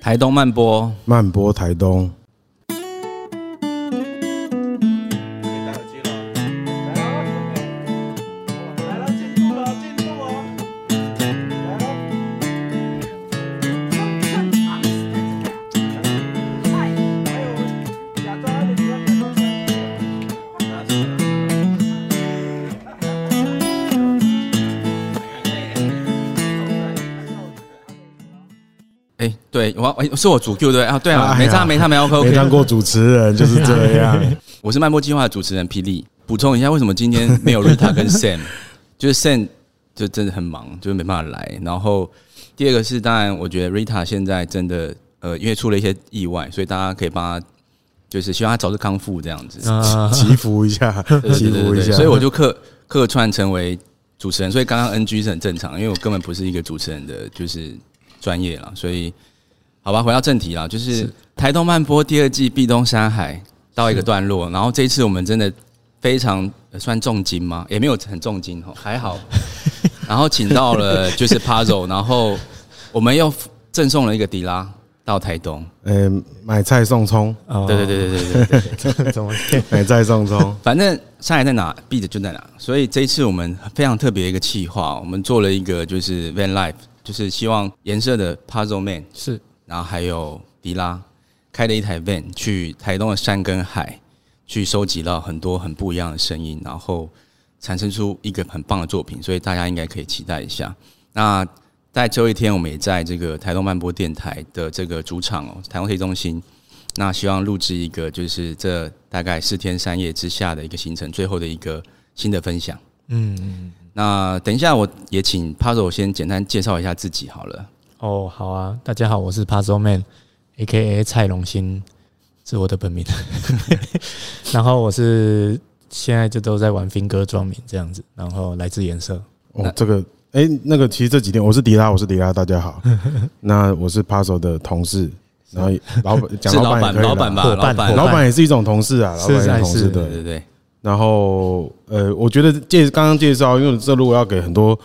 台东慢播，慢播台东。哎、对，我哎、是我主 Q 对不对啊，对啊，哎呀没差没差没 OK 没 OK，当过主持人就是这 样。我是漫播计划的主持人霹雳。补充一下，为什么今天 没有 Rita 跟 Sam？就是 Sam 就真的很忙，就是没办法来。然后第二个是，当然我觉得 Rita 现在真的呃，因为出了一些意外，所以大家可以帮她，就是希望她早日康复这样子。啊，祈福一下， 对对祈对福对一对，下。所以我就客客串成为主持人，所以刚刚 NG 是很正常，因为我根本不是一个主持人的就是专业啦，所以好吧，回到正题啦，就是台东漫播第二季壁东山海到一个段落，然后这一次我们真的非常呃算重金吗？也没有很重金哦，还 好，然后请到了就是 Puzzle，然后我们又赠送了一个迪拉到台东，嗯，买菜送葱，哦对对，对对对对对。，怎么买菜送葱反正上海在哪，壁纸就在哪。所以这一次我们非常特别的一个企划，我们做了一个就是 Van Life，就是希望颜色的 Puzzle Man，是然后还有迪拉开了一台 Van 去台东的山跟海，去收集到很多很不一样的声音，然后产生出一个很棒的作品，所以大家应该可以期待一下。那在最后一天，我们也在这个台东漫播电台的这个主场哦，台东市中心。那希望录制一个就是这大概四天三夜之下的一个行程，最后的一个新的分享。嗯嗯那等一下，我也请 Puzzle 先简单介绍一下自己好了。哦，好啊，大家好，我是 Puzzle Man，A K A 蔡龙兴，是我的本名。 然后我是现在就都在玩 Finger 装名这样子，然后来自颜色，啊哦，这个，哎，那个，其实这几天我是迪拉，我是迪拉，大 家好。那我是 Puzzle 的同事，然后老板讲是老板也板，可以啦老板吧，伙老伴板，伙老板也是一种同事啊，老板也是是还同事是对对。对对，然后，呃，我觉得介刚刚介绍，因为这如果要给很多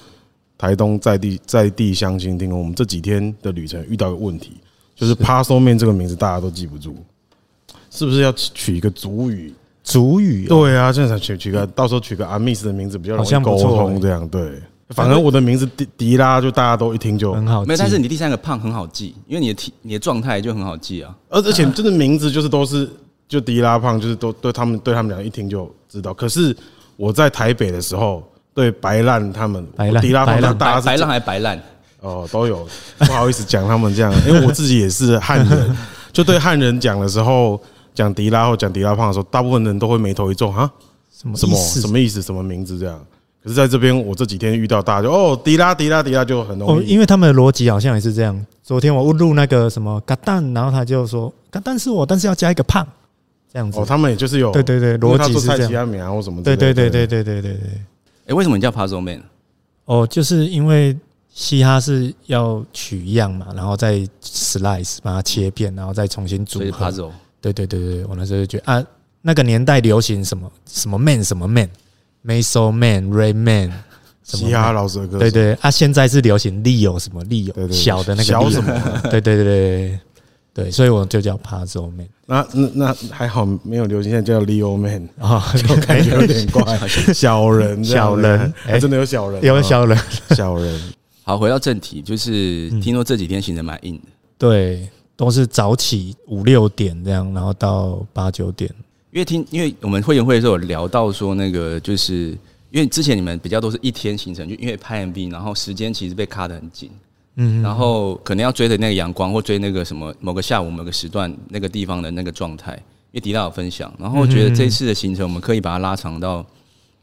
台东在地在地乡亲听，我们这几天的旅程遇到一个问题，就是“趴松面”这个名字大家都记不住，是不是要取一个族语主语哦对啊，现在取取个，到时候取个阿密斯的名字比较容好易像不沟错通，这样对。反而我的名字迪迪拉，就大家都一听就，很哦好记，没有，但是你第三个胖很好记，因为你的体你的状态就很好记啊。而而且真的名字就是都是就迪拉胖，就是都对他们对他们俩一听就知道。可是我在台北的时候，对白烂他们，白烂迪拉白胖烂大白家白是烂还白烂，哦，都有不好意思讲他们这样，因为我自己也是汉人，就对汉人讲的时候，讲迪拉或讲迪拉胖的时候，大部分人都会眉头一皱啊，什么什意么思什么意思，什么名字这样。可是在这边，我这几天遇到大家就哦，迪拉迪拉迪拉就很容哦，易，因为他们的逻辑好像也是这样。昨天我录那个什么嘎蛋，然后他就说嘎蛋是我，但是要加一个胖这样子。哦，他们也就是有对对对，因为逻他辑说是蔡这奇样。亚米啊或什么之对类对的，对对对对对对。哎，为什么你叫 Puzzle Man？哦，就是因为嘻哈是要取样嘛，然后再 slice 把它切片，然后再重新组所以合。 Puzzle 对对对对，对我那时候就觉得啊，那个年代流行什么什么 man 什么 man，Meso man，Ray man，什么嘻哈老师的歌手，对对啊，现在是流行 Leo 什么 Leo 对对对小的那个小 Leo 什么？啊对对对对对，所以我就叫 Puzzle Man 那那那还好没有流行，现在叫 Leo Man，哦， 就感觉有点怪，小人这样小子人哎还真的有小人， 有小人，哦小人，好，回到正题，就是嗯听说这几天行程蛮硬的。对，都是早起五六点这样，然后到八九点，因为听，因为我们会员会的时候有聊到说，那个就是因为之前你们比较都是一天行程，就因为拍 MV，然后时间其实被卡得很紧，嗯，然后可能要追的那个阳光或追那个什么某个下午某个时段那个地方的那个状态，因为迪拉有分享，然后我觉得这一次的行程我们可以把它拉长到，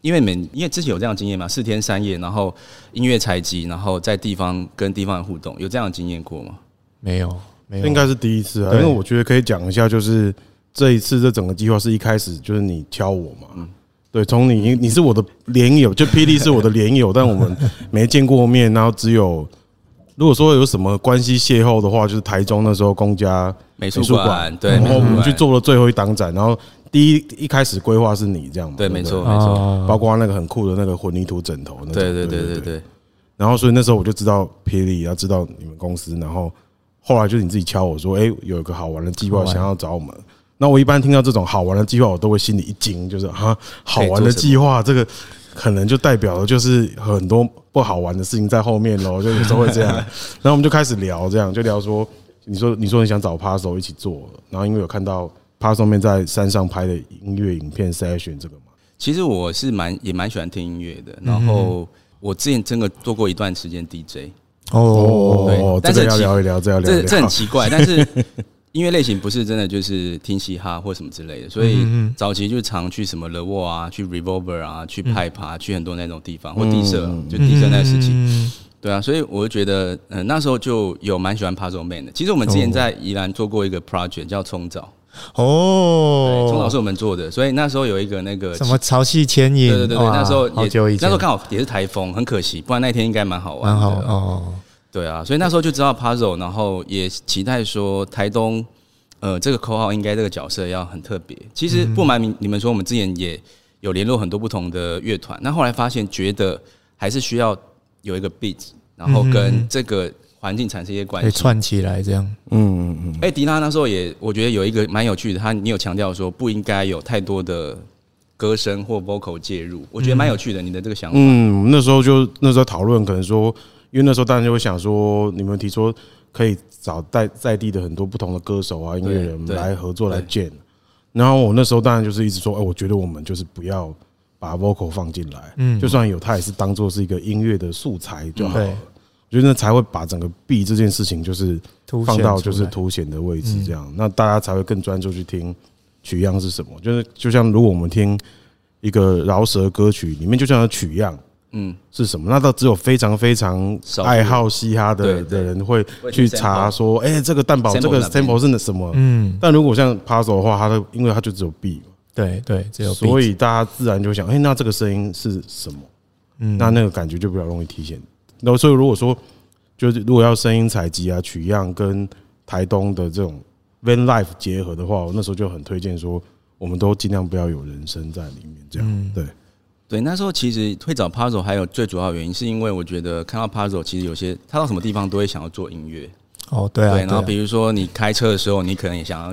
因为你们因为之前有这样的经验嘛，四天三夜，然后音乐采集，然后在地方跟地方的互动，有这样的经验过吗？没有没有，应该是第一次啊，因对为我觉得可以讲一下，就是这一次这整个计划是一开始就是你敲我嘛，对，从你你是我的连友，就霹雳是我的连 友，但我们没见过面，然后只有如果说有什么关系邂逅的话，就是台中那时候公家美术术馆哦对，然美后术我们馆去做了最后一档展，然后第一一开始规划是你这样嘛，对，不没错，没错，哦，包括那个很酷的那个混凝土枕头那种，对对对对对。然后所以那时候我就知道霹雳，要知道你们公司，然后后来就是你自己敲我说，哎、有一个好玩的计划想要找我们。那我一般听到这种好玩的计划，我都会心里一惊，就是啊，好玩的计划，这个可能就代表了就是很多不好玩的事情在后面喽，就有时候会这样。然后我们就开始聊，这样就聊说，你说你说你想找 Paso 一起做，然后因为有看到 Paso 面在山上拍的音乐影片 session 这个嘛，其实我是蛮也蛮喜欢听音乐的，然嗯后我之前真的做过一段时间 DJ，哦，对这但个要是聊一聊，这要聊这一这很聊。奇怪，但是音乐类型不是真的就是听嘻哈或什么之类的，所嗯以早期就常去什么 The Wall 啊，去 Revolver 啊，去派爬，去很多那种地方或地社，就地社那个时期，嗯嗯对啊，所以我就觉得，嗯、那时候就有蛮喜欢 Puzzle Man 的。其实我们之前在宜兰做过一个 project 叫冲澡，对，冲澡哦，是我们做的，所以那时候有一个那个什么潮汐牵引？对对对对，哇那时候也好久以前，那时候刚好也是台风，很可惜，不然那天应该蛮好玩蛮的。好哦，对啊，所以那时候就知道 Puzzle，然后也期待说台东，呃，这个口号应该这个角色要很特别。其实嗯不瞒你你们说，我们之前也有联络很多不同的乐团，那后来发现觉得还是需要有一个 beat，然后跟这个环境产生一些关可以系。串起来这样。嗯嗯嗯，哎、迪拉那时候也，我觉得有一个蛮有趣的，他你有强调说不应该有太多的歌声或 vocal 介入，我嗯觉得蛮有趣的，你的这个想法。嗯，那时候就那时候讨论，可能说，因为那时候大家就会想说，你们提出可以找在在地的很多不同的歌手啊、音乐人对来合作对来建。然后我那时候当然就是一直说，哎，我觉得我们就是不要把 vocal 放进来，嗯，就算有，它也是当做是一个音乐的素材就嗯好了。对我觉得那才会把整个 B 这件事情就是凸显放到就是出来嗯凸显的位置，这样、那大家才会更专注去听取样是什么。就是就像如果我们听一个饶舌歌曲里面，就像有取样，嗯，是什么？那倒只有非常非常少数爱好嘻哈的对对的人会会去去查说，哎、这个蛋堡 sample 这个哪边 sample 是什么？嗯，但如果像 puzzle 的话，它的因为它就只有 B 嘛，对对，只有 beat 所以大家自然就会想，哎、那这个声音是什么？嗯那那个感觉就比较容易体现。那所以如果说，就是如果要声音采集啊、取样跟台东的这种 van life 结合的话，我那时候就很推荐说，我们都尽量不要有人声在里面，这样、嗯对。对，那时候其实会找 Puzzle，还有最主要的原因是因为我觉得看到 Puzzle，其实有些他到什么地方都会想要做音乐，哦，对啊，对，然后对啊比如说你开车的时候，你可能也想要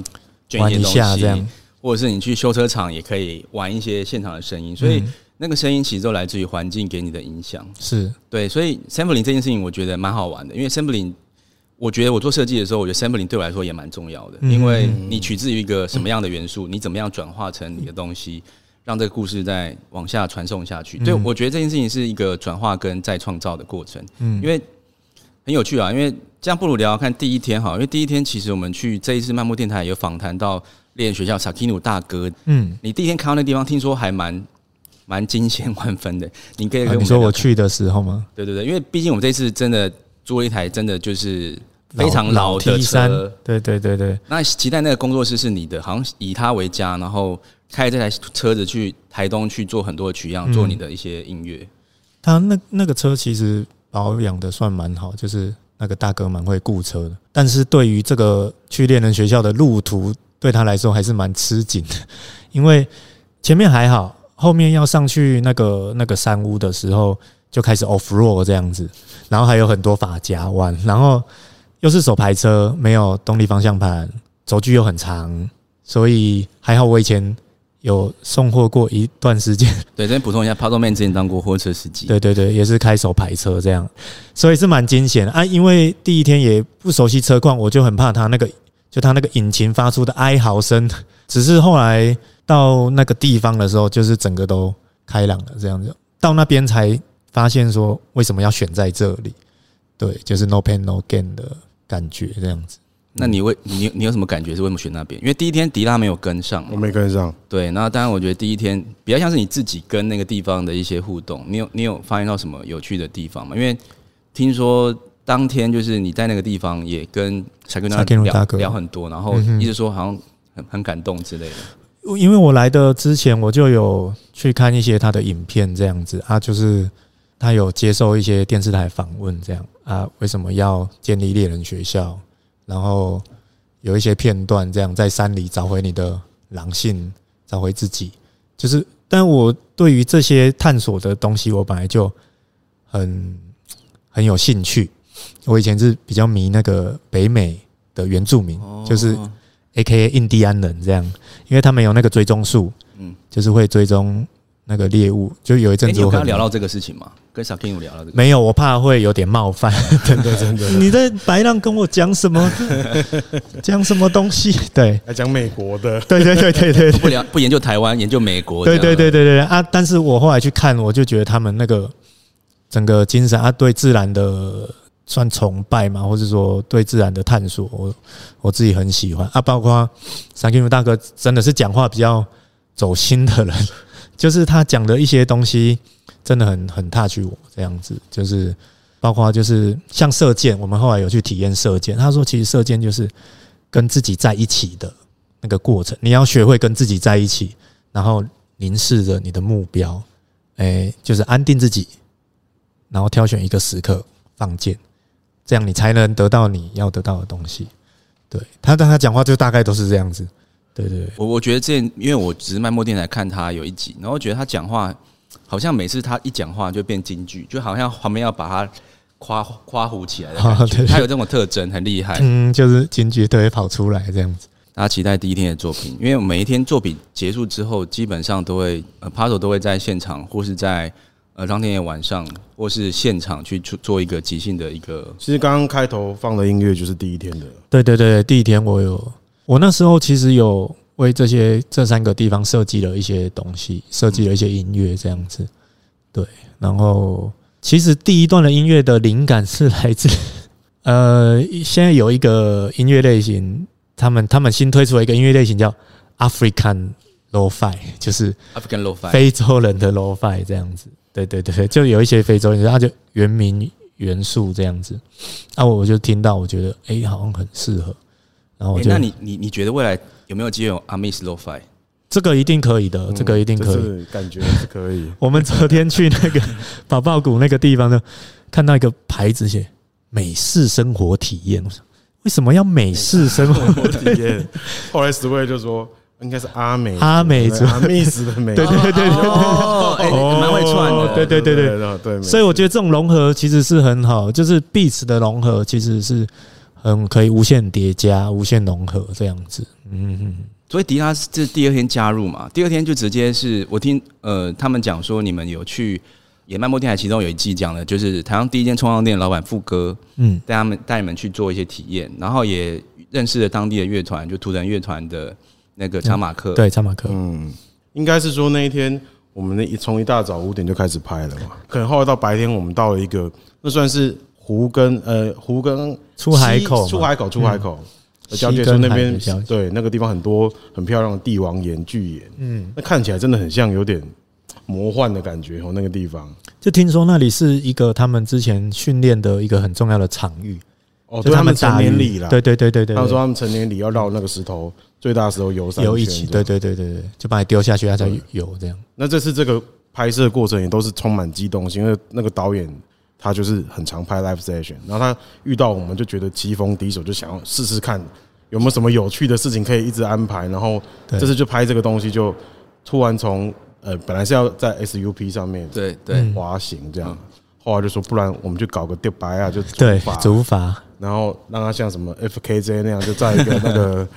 玩卷一些一下东这西样，或者是你去修车厂也可以玩一些现场的声音，所嗯以那个声音其实都来自于环境给你的影响。是对，所以 sampling 这件事情我觉得蛮好玩的，因为 sampling，我觉得我做设计的时候，我觉得 sampling 对我来说也蛮重要嗯的，因为你取自于一个什么样的元素，你怎么样转化成你的东西，让这个故事再往下传送下去。对，嗯我觉得这件事情是一个转化跟再创造的过程，嗯因为很有趣啊，因为这样不如聊聊看第一天哈，因为第一天其实我们去这一次漫步电台有访谈到练学校 Sakino 大哥，嗯，你第一天看到那地方，听说还蛮蛮惊险万分的，你可以跟啊我你们说聊我去的时候吗？对对对，因为毕竟我们这次真的租了一台真的就是非常老老的 T 三车。，对对对对，那期待那个工作室是你的，好像以它为家，然后开这台车子去台东去做很多的取嗯样，做你的一些音乐。他那那个车其实保养的算蛮好，就是那个大哥蛮会顾车的。但是对于这个去猎人学校的路途，对他来说还是蛮吃紧的，因为前面还好，后面要上去那个那个山屋的时候就开始 off road 这样子，然后还有很多法夹弯，然后又是手排车，没有动力方向盘，轴距又很长，所以还好我以前有送货过一段时间。对，这边补充一下 p a d d l Man 之前当过货车司机，对对对，也是开手排车这样，所以是蛮惊险的啊。因为第一天也不熟悉车况，我就很怕他那个，就他那个引擎发出的哀嚎声。只是后来到那个地方的时候，就是整个都开朗了这样子。到那边才发现说，为什么要选在这里？对，就是 no pain no gain 的感觉这样子。那你为你你有什么感觉？是为什么选那边？因为第一天迪拉没有跟上嘛，我没跟上，对。那当然，我觉得第一天比较像是你自己跟那个地方的一些互动。你有你有发现到什么有趣的地方吗？因为听说当天就是你在那个地方也跟柴坤大 Sakino 大聊哥嗯聊很多，然后一直说好像很很感动之类的。因为我来的之前，我就有去看一些他的影片，这样子啊，就是他有接受一些电视台访问，这样啊，为什么要建立猎人学校？然后有一些片段，这样在山里找回你的狼性，找回自己。就是，但我对于这些探索的东西，我本来就很很有兴趣，我以前是比较迷那个北美的原住民，就是哦 A K A 印第安人这样，因为他们有那个追踪术，嗯，就是会追踪那个猎物。就有一诶阵你子有我跟他很聊到这个事情吗？跟小 King 有聊到这个？没有，我怕会有点冒 犯。真的真的。你在白浪跟我讲什么？讲什么东西？对来讲美国的，对对对对对对不聊不研究台湾，研究美国。对对这样对对对啊！但是我后来去看，我就觉得他们那个整个精神啊，对自然的算崇拜嘛，或者说对自然的探索，我我自己很喜欢啊。包括三 Q 大哥真的是讲话比较走心的人，就是他讲的一些东西真的很很 touch 我这样子，就是包括就是像射箭，我们后来有去体验射箭，他说其实射箭就是跟自己在一起的那个过程，你要学会跟自己在一起，然后凝视着你的目标，哎、就是安定自己，然后挑选一个时刻放箭，这样你才能得到你要得到的东西。对他，但他讲话就大概都是这样子。对对对，我我觉得之前，因为我只是漫播电台看他有一集，然后我觉得他讲话好像每次他一讲话就变京剧，就好像旁边要把他夸夸胡起来的感啊对觉。对他有这种特征，很厉害。嗯，就是警局都会跑出来这样子。大家期待第一天的作品，因为每一天作品结束之后，基本上都会呃 p a s o 都会在现场或是在呃当天的晚上或是现场去做做一个即兴的一个其实刚刚开头放的音乐就是第一天的，对对对，第一天我有，我那时候其实有为这些这三个地方设计了一些东西，设计了一些音乐这样子。对，然后其实第一段的音乐的灵感是来自，呃，现在有一个音乐类型，他们他们新推出了一个音乐类型叫 African Lo-Fi，就是 African Lo-Fi。非洲人的 LoFi 这样子。对对对，就有一些非洲人，他就原名元素这样子。啊，我我就听到，我觉得哎、诶好像很适合。然后我诶哦就、那你你你觉得未来有没有机会有 Amis Lo-Fi？这个一定可以的，嗯这个一定可以。这是感觉是可 以。我们昨天去那 个宝宝谷那个地方呢，看到一个牌子写“美式生活体验”，我想为什么要美式生活？ 体验。后来 Sway 就说应该是阿美族阿美族对阿密斯的美，对对对对对哦，诶蛮会串哦的。对对对对对对，所以我觉得这种融合其实是很好，就是 beats 的融合其实是很可以无限叠加、无限融合这样子。嗯嗯，所以迪拉是这是第二天加入嘛，第二天就直接是我听呃他们讲说你们有去野蛮摩电台，其中有一季讲的就是台湾第一间冲浪店老板副歌嗯，带他们带你们去做一些体验，然后也认识了当地的乐团，就图腾乐团的那个查马克，，对，查马克，嗯，应该是说那一天我们那一从一大早五点就开始拍了嘛，可能后来到白天我们到了一个那算是湖跟呃湖跟出海口嘛西出海口出海口。交界西处跟那海的边交界对那个地方很多很漂亮的帝王岩巨岩，嗯，那看起来真的很像有点魔幻的感觉哦，那个地方就听说那里是一个他们之前训练的一个很重要的场域，哦，就对他们成打年鱼礼啦，对对对对对，他们对说他们成年礼要绕那个石头最大的石头游三游一圈起，这样对对对对对，就把你丢下去，他才游这样。那这次这个拍摄过程也都是充满激动性，因为那个导演他就是很常拍 live session，然后他遇到我们就觉得棋逢敌手，就想要试试看有没有什么有趣的事情可以一直安排。然后对这次就拍这个东西，就突然从呃本来是要在 SUP 上面对对，嗯滑行这样，后来就说不然我们就搞个吊白啊，就对法，竹筏，然后让它像什么 FKJ 那样，就在一个那 个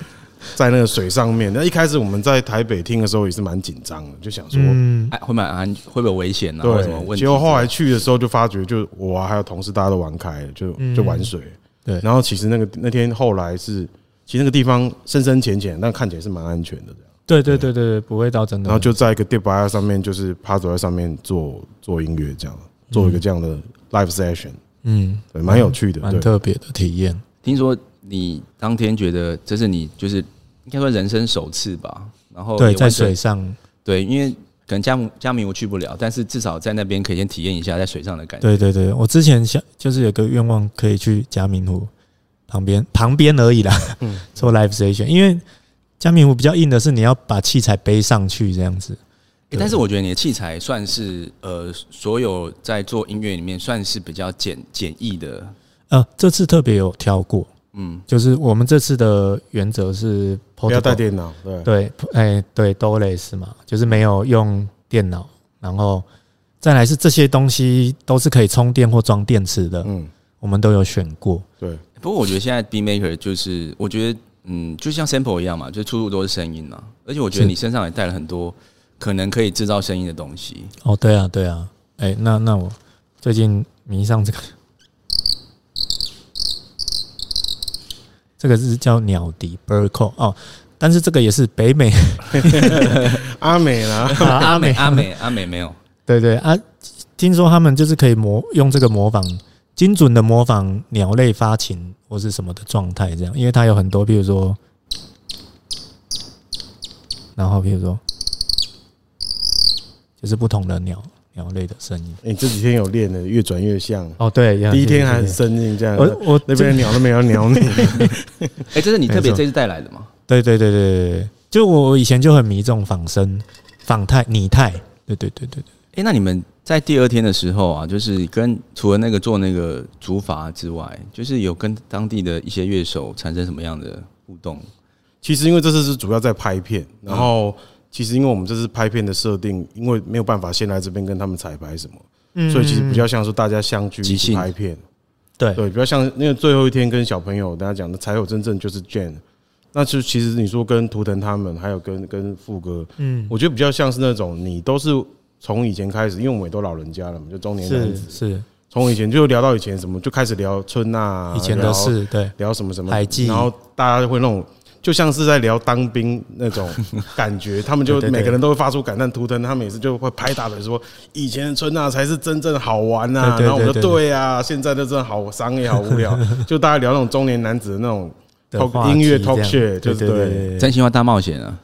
在那个水上面。那一开始我们在台北听的时候也是蛮紧张的，就想说，嗯，哎、会蛮安，会不会有危险啊？或者什么对，问题？结果后来去的时候就发觉，就我啊还有同事大家都玩开了，就就玩水。对然后其实那个那天后来是，其实那个地方深深浅浅，但看起来是蛮安全的这样。对对对对对，不会到真的。然后就在一个 d e p a 上面，就是趴走在上面做做音乐这样，做一个这样的 live session，嗯，对，蛮有趣的，蛮对。特别的体验。听说你当天觉得这是你就是应该说人生首次吧，然哦后对，也在完全水上，对，因为可能加姆加明我去不了，但是至少在那边可以先体验一下在水上的感觉。对对对，我之前想就是有个愿望可以去嘉明湖旁边旁边而已啦，嗯 做 live station，因为嘉明湖比较硬的是你要把器材背上去这样子，欸但是我觉得你的器材算是呃，所有在做音乐里面算是比较简简易的，呃，这次特别有挑过，嗯，就是我们这次的原则是不要带 portable 电脑，对，对，哎、对，都类似嘛，就是没有用电脑，然后再来是这些东西都是可以充电或装电池的，嗯，我们都有选过，对，不过我觉得现在 B maker 就是，我觉得嗯，就像 sample 一样嘛，就出入都是声音嘛。而且我觉得是你身上也带了很多可能可以制造声音的东西。哦，对啊，对啊，哎、那那我最近迷上这个，这个是叫鸟笛 bird call 哦，但是这个也是北美阿美啦， 啊阿美阿美阿美没有，对对啊，听说他们就是可以模用这个模仿精准的模仿鸟类发情或是什么的状态，这样，因为它有很多，比如说，然后比如说，就是不同的鸟鸟类的声音。你这几天有练的，越转越像。哦，对，也很第一天还对很对生硬，这样我我那边的鸟都没有鸟你。哎、这是你特没别错这次带来的吗？对对对对对对，就我以前就很迷这种仿生、仿态、拟态，对对对对对，哎、那你们在第二天的时候啊，就是跟除了那个做那个竹筏之外，就是有跟当地的一些乐手产生什么样的互动？其实因为这次是主要在拍片，然嗯后其实因为我们这次拍片的设定，因为没有办法先来这边跟他们彩排什么，嗯所以其实比较像是大家相聚即一起兴拍片，对对，比较像因为最后一天跟小朋友大家讲的才有真正就是 Jane，那就其实你说跟图腾他们，还有跟跟富哥，嗯，我觉得比较像是那种你都是从以前开始，因为我们也都老人家了嘛，就中年男是子，是，从以前就聊到以前什么，就开始聊春啊，以前的聊事，对聊什么什么海记然后大家会那种就像是在聊当兵那 种感觉，他们就对对对每个人都会发出感叹。图腾他们也是就会拍打的说，以前的春啊才是真正好玩呐、啊，对对对然后我们对就对对啊，现在就真的好商业好无聊，就大家聊那种中年男子的那种。的 talk- 话题音乐这样 talk shit，对就是对对对对真心话大冒险啊！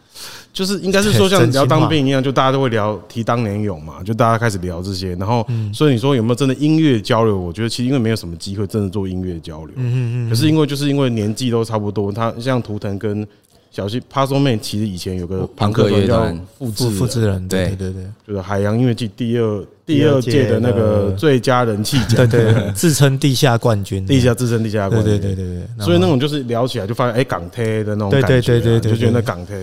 就是应该是说像真心聊话当兵一样，就大家都会聊提当年勇嘛，就大家开始聊这些，然后嗯所以你说有没有真的音乐交流？我觉得其实因为没有什么机会真的做音乐交流，嗯可是因为就是因为年纪都差不多，他像图腾跟嗯小西帕松妹，其实以前有个朋克乐叫团复制复复人制人，对对对对就是海洋音乐季第二第第二二届届的那个的最佳人气奖，对对 对，自称地下冠军，地下自称地下对冠军，对对对对，然后所以那种就是聊起来就发现，哎、港贴的那种对感觉啊、对对对对就觉得那港贴。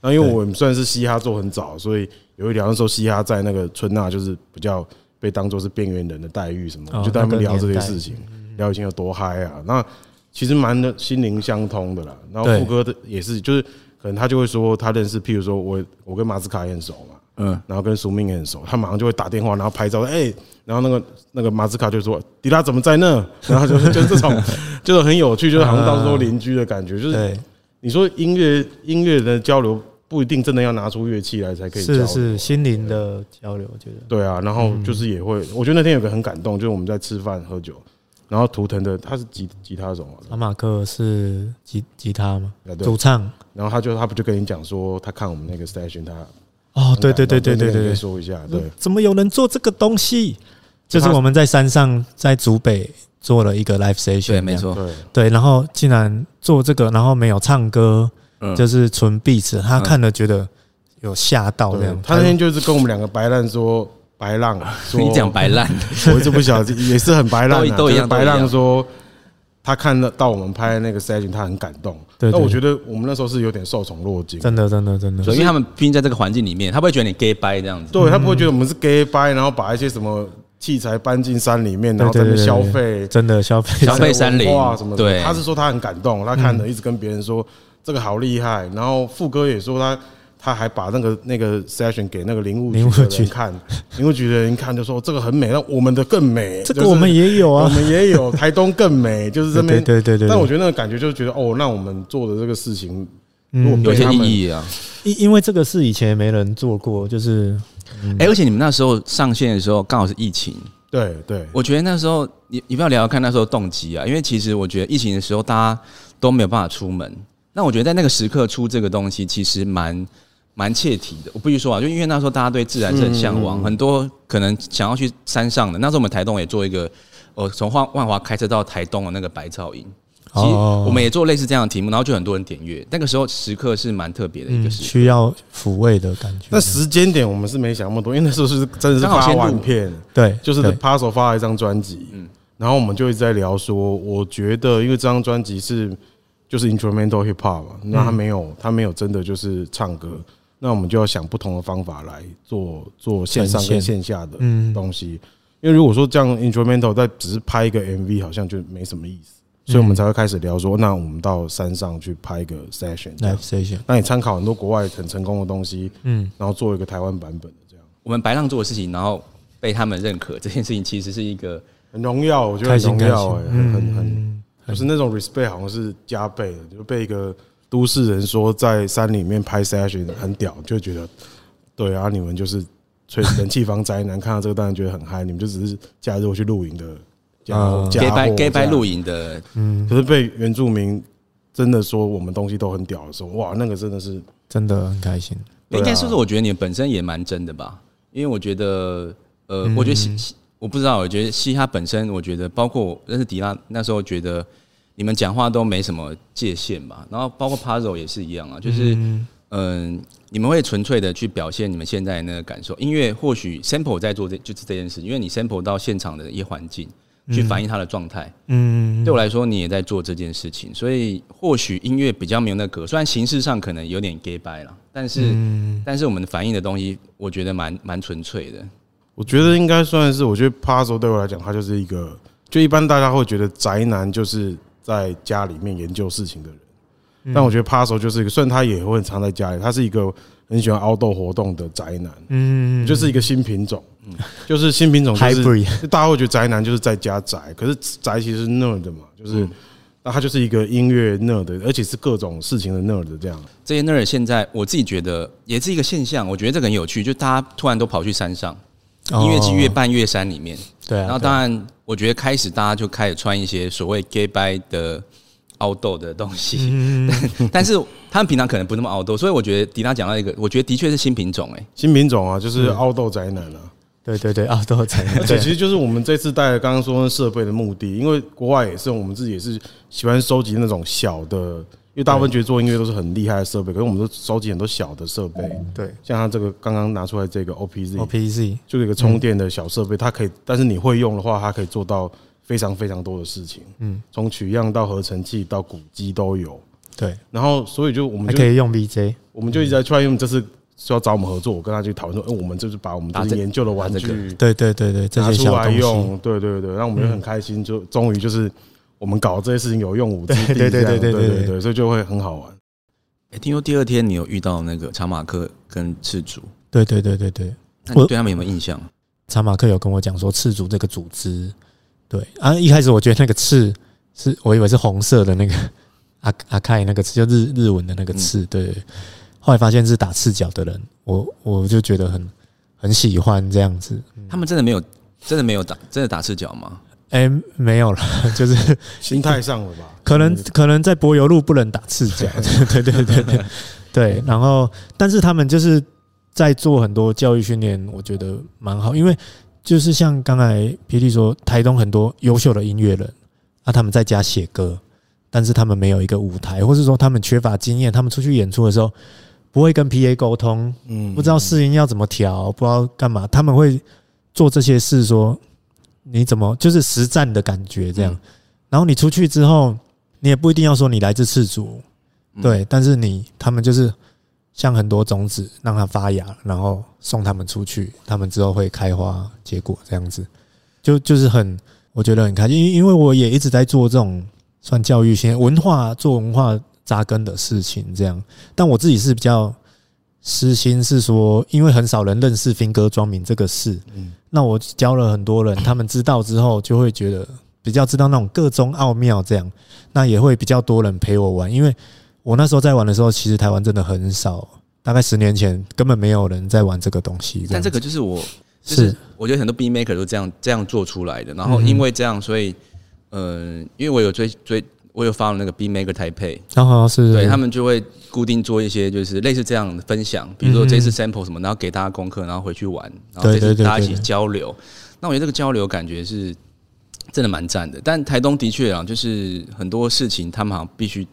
然后因为我们算是嘻哈做很早，所以有一聊那时候嘻哈在那个春娜就是比较被当做是边缘人的待遇什么哦，就带他们聊那个这些年代嗯事情，聊以前有多嗨啊。那其实蛮的心灵相通的啦。然后对副歌的也是，就是可能他就会说他认识，譬如说我我跟马斯卡也很熟嘛，嗯，然后跟苏明也很熟，他马上就会打电话，然后拍照，哎、然后那个那个马斯卡就说迪拉怎么在那？然后就是就是这种，就是很有趣，就是好像到时候邻居的感觉，就是对你说音乐音乐的交流不一定真的要拿出乐器来才可以交是流，啊是心灵的交流，我觉得对啊，然后就是也会，我觉得那天有个很感动，就是我们在吃饭喝酒，然后图腾的他是吉吉他手嘛，阿马克是吉吉他吗？啊对主，唱然后他就他不就跟你讲说他看我们那个 station，他哦，对对对对对那个你可对以说一下，对对，怎么有人做这个东西？就是他我们在山上在竹北做了一个 live station，对，没这样错，对。对，然后竟然做这个，然后没有唱歌，嗯，就是纯 beats，他嗯看了觉得有吓哦到这对样，，他那天就是跟我们两个白浪说，白浪 说，你讲白烂， 我一直不晓得，也是很白浪、啊， 都一样就是白都一浪样说，他看得到我们拍那个 session，他很感动。对那对我觉得我们那时候是有点受宠若惊，真的真的真的，因为他们毕竟在这个环境里面，他不会觉得你 gay 掰这样子。对他不会觉得我们是 gay 掰，然后把一些什么器材搬进山里面，然对后在对那对边对，消对费，真的消费消费山林文化什么的。对他是说他很感动，他看了一直跟别人说这个好厉害，然后副歌也说他。他还把那个那个 session 给那个林务林务局的局人看， 林务局的人看就说这个很美，那我们的更美。 这就个是我们也有我啊，们也有 台东更美，就是这对对边。对对对，但我觉觉得那个感觉就是觉得，哦，那我们做的这个事情，如果嗯，有一对些他们意义啊，因因为这个是以前没人做过，就是哎、而且你们那时候上线的时候刚好是疫情，对对我觉得那时候你你不要聊聊看那时候动机啊，因为其实我觉得疫情的时候大家都没有办法出门，那我觉得在那个时刻出这个东西其实蛮蛮切题的。我必须说啊，就因为那时候大家对自然是很向往，很多可能想要去山上的。那时候我们台东也做一个，呃，从万万华开车到台东的那个百草营。其实哦我们也做类似这样的题目，然后就很多人点阅。那个时候时刻是蛮特别的一嗯个时刻。需要抚慰的感觉那，时间点我们是没想那么多，因为那时候是真的是刚好发先录完片，对，就是对 Puzzle 发了一张专辑，然后我们就一直在聊说，我觉得因为这张专辑是就是 instrumental hip hop 嘛，那他没有他没有真的就是唱歌，那我们就要想不同的方法来做做线上呈现跟线下的嗯东西。因为如果说这样 instrumental 在只是拍一个 MV，好像就没什么意思，所以我们才会开始聊说，那我们到山上去拍一个 session 这样 live。session，那你参考很多国外很成功的东西，嗯，然后做一个台湾版本的这样，我们白浪做的事情，然后被他们认可，这件事情其实是一个很荣耀，我觉得开很心荣开心嗯耀，哎，，很很很，就是那种 respect 好像是加倍的，就被一个都市人说在山里面拍 session 很屌，就觉得对啊，你们就是吹冷气房宅男，看到这个当然觉得很嗨，你们就只是假日我去露营的家伙嗯家 gay 伙 by gay 这 by 样露营的，嗯，可是被原住民真的说我们东西都很屌的时候，哇，那个真的是真的很开心，对啊应该是不是？我觉得你本身也蛮真的吧，因为我觉得，呃，我觉得嗯嘻，嘻我不知道，我觉得嘻哈本身，我觉得包括我认识迪拉那时候，觉得你们讲话都没什么界限吧，然后包括 Puzzle 也是一样啊，就是嗯、你们会纯粹的去表现你们现在的那个感受，音乐或许 sample 在做这就是这件事，因为你 sample 到现场的一些环境去反映它的状态，嗯，对我来说，你也在做这件事情，所以或许音乐比较没有那格，虽然形式上可能有点 gay bye 啦，但嗯是、但是我们反映的东西，我觉得蛮蛮纯粹的。我觉得应该算是，我觉得 puzzle 对我来讲，它就是一个，就一般大家会觉得宅男就是在家里面研究事情的人，嗯但我觉得 puzzle 就是一个，虽然他也会很常在家里，他是一个很喜欢 outdoor 活动的宅男，嗯，就是一个新品种，嗯就是新品种，就是 hybrid，就大家会觉得宅男就是在家宅，可是宅其实是 nerd 的嘛，嗯就是那他就是一个音乐 nerd，的而且是各种事情的 nerd 的这样。这些 nerd 现在我自己觉得也是一个现象，我觉得这个很有趣，就大家突然都跑去山上，音乐季越棒，办越山里面，哦对啊，然后对啊当然我觉得开始大家就开始穿一些所谓 gay bye 的 outdoor 的东西，嗯， 但是他们平常可能不那么 outdoor，所以我觉得迪拉讲到一个，我觉得的确是新品种哎、新品种啊，就是嗯凹豆宅男啊，对对对，啊，都有参与，而且其实 就是我们这次带刚刚说的设备的目的，因为国外也是我们自己也是喜欢收集那种小的，因为大部分觉得做音乐都是很厉害的设嗯备，可是我们都收集很多小的设备，对像他这个刚刚拿出来这个哦 OPZ， OPZ，就是一个充电的小设备，它可以，但是你会用的话，它可以做到非常非常多的事情，嗯，从取样到合成器到鼓机都有。对，然后，所以就我还们可就以用 VJ，我们就一直在 try，因为这次说要找我们合作，我跟他去讨论说，哎，我们就是把我们打这这些研究的玩打这具对对对对，这拿些出小来东西，嗯用，对对对，让我们就很开心，就终于就是我们搞这些事情有用武之地对对对这样对对对对对对，所以就会很好玩。欸听说第二天你有遇到那个查马克跟赤足，对对对对对，那你我对他们有没有印象？查马克有跟我讲说赤足这个组织，对啊，一开始我觉得那个赤是我以为是红色的那个阿阿凯那个赤，就日日文的那个赤，对。后来发现是打赤脚的人，我我就觉得很很喜欢这样子。他们真的没有，真的没有打，真的打赤脚吗？哎、没有了，就是心态上了吧？可能可能在柏油路不能打赤脚，对对对对对对。然后，但是他们就是在做很多教育训练，我觉得蛮好，因为就是像刚才皮弟说，台东很多优秀的音乐人，那他们在家写歌，但是他们没有一个舞台，或是说他们缺乏经验，他们出去演出的时候不会跟 PA 沟通，嗯不知道试音要怎么调，不知道干嘛，他们会做这些事说。你怎么就是实战的感觉这样，然后你出去之后，你也不一定要说你来自赤足，嗯对，但是你他们就是像很多种子让它发芽，然后送他们出去，他们之后会开花结果这样子，就就是很我觉得很开心，因为因为我也一直在做这种算教育性文化做文化扎根的事情这样，但我自己是比较。私心是说，因为很少人认识兵哥庄民这个事，嗯那我教了很多人，他们知道之后就会觉得比较知道那种各中奥妙，这样那也会比较多人陪我玩。因为我那时候在玩的时候，其实台湾真的很少，大概十年前根本没有人在玩这个东西。但样这个就是我，就是是我觉得很多 B maker 都这样这样做出来的。然后嗯因为这样，所以呃，因为我有追追，我有发了那个 B maker 台配，然后是对他们就会固定做一些就是类似这样的分享，比如说嗯这次 sample 什么，然后给大家功课，然后回去玩，然后这对次对对大家一对起对交流。那我觉得这个交流感觉是真的蛮赞的。但台东的确啊，就是很多事情他们好像必须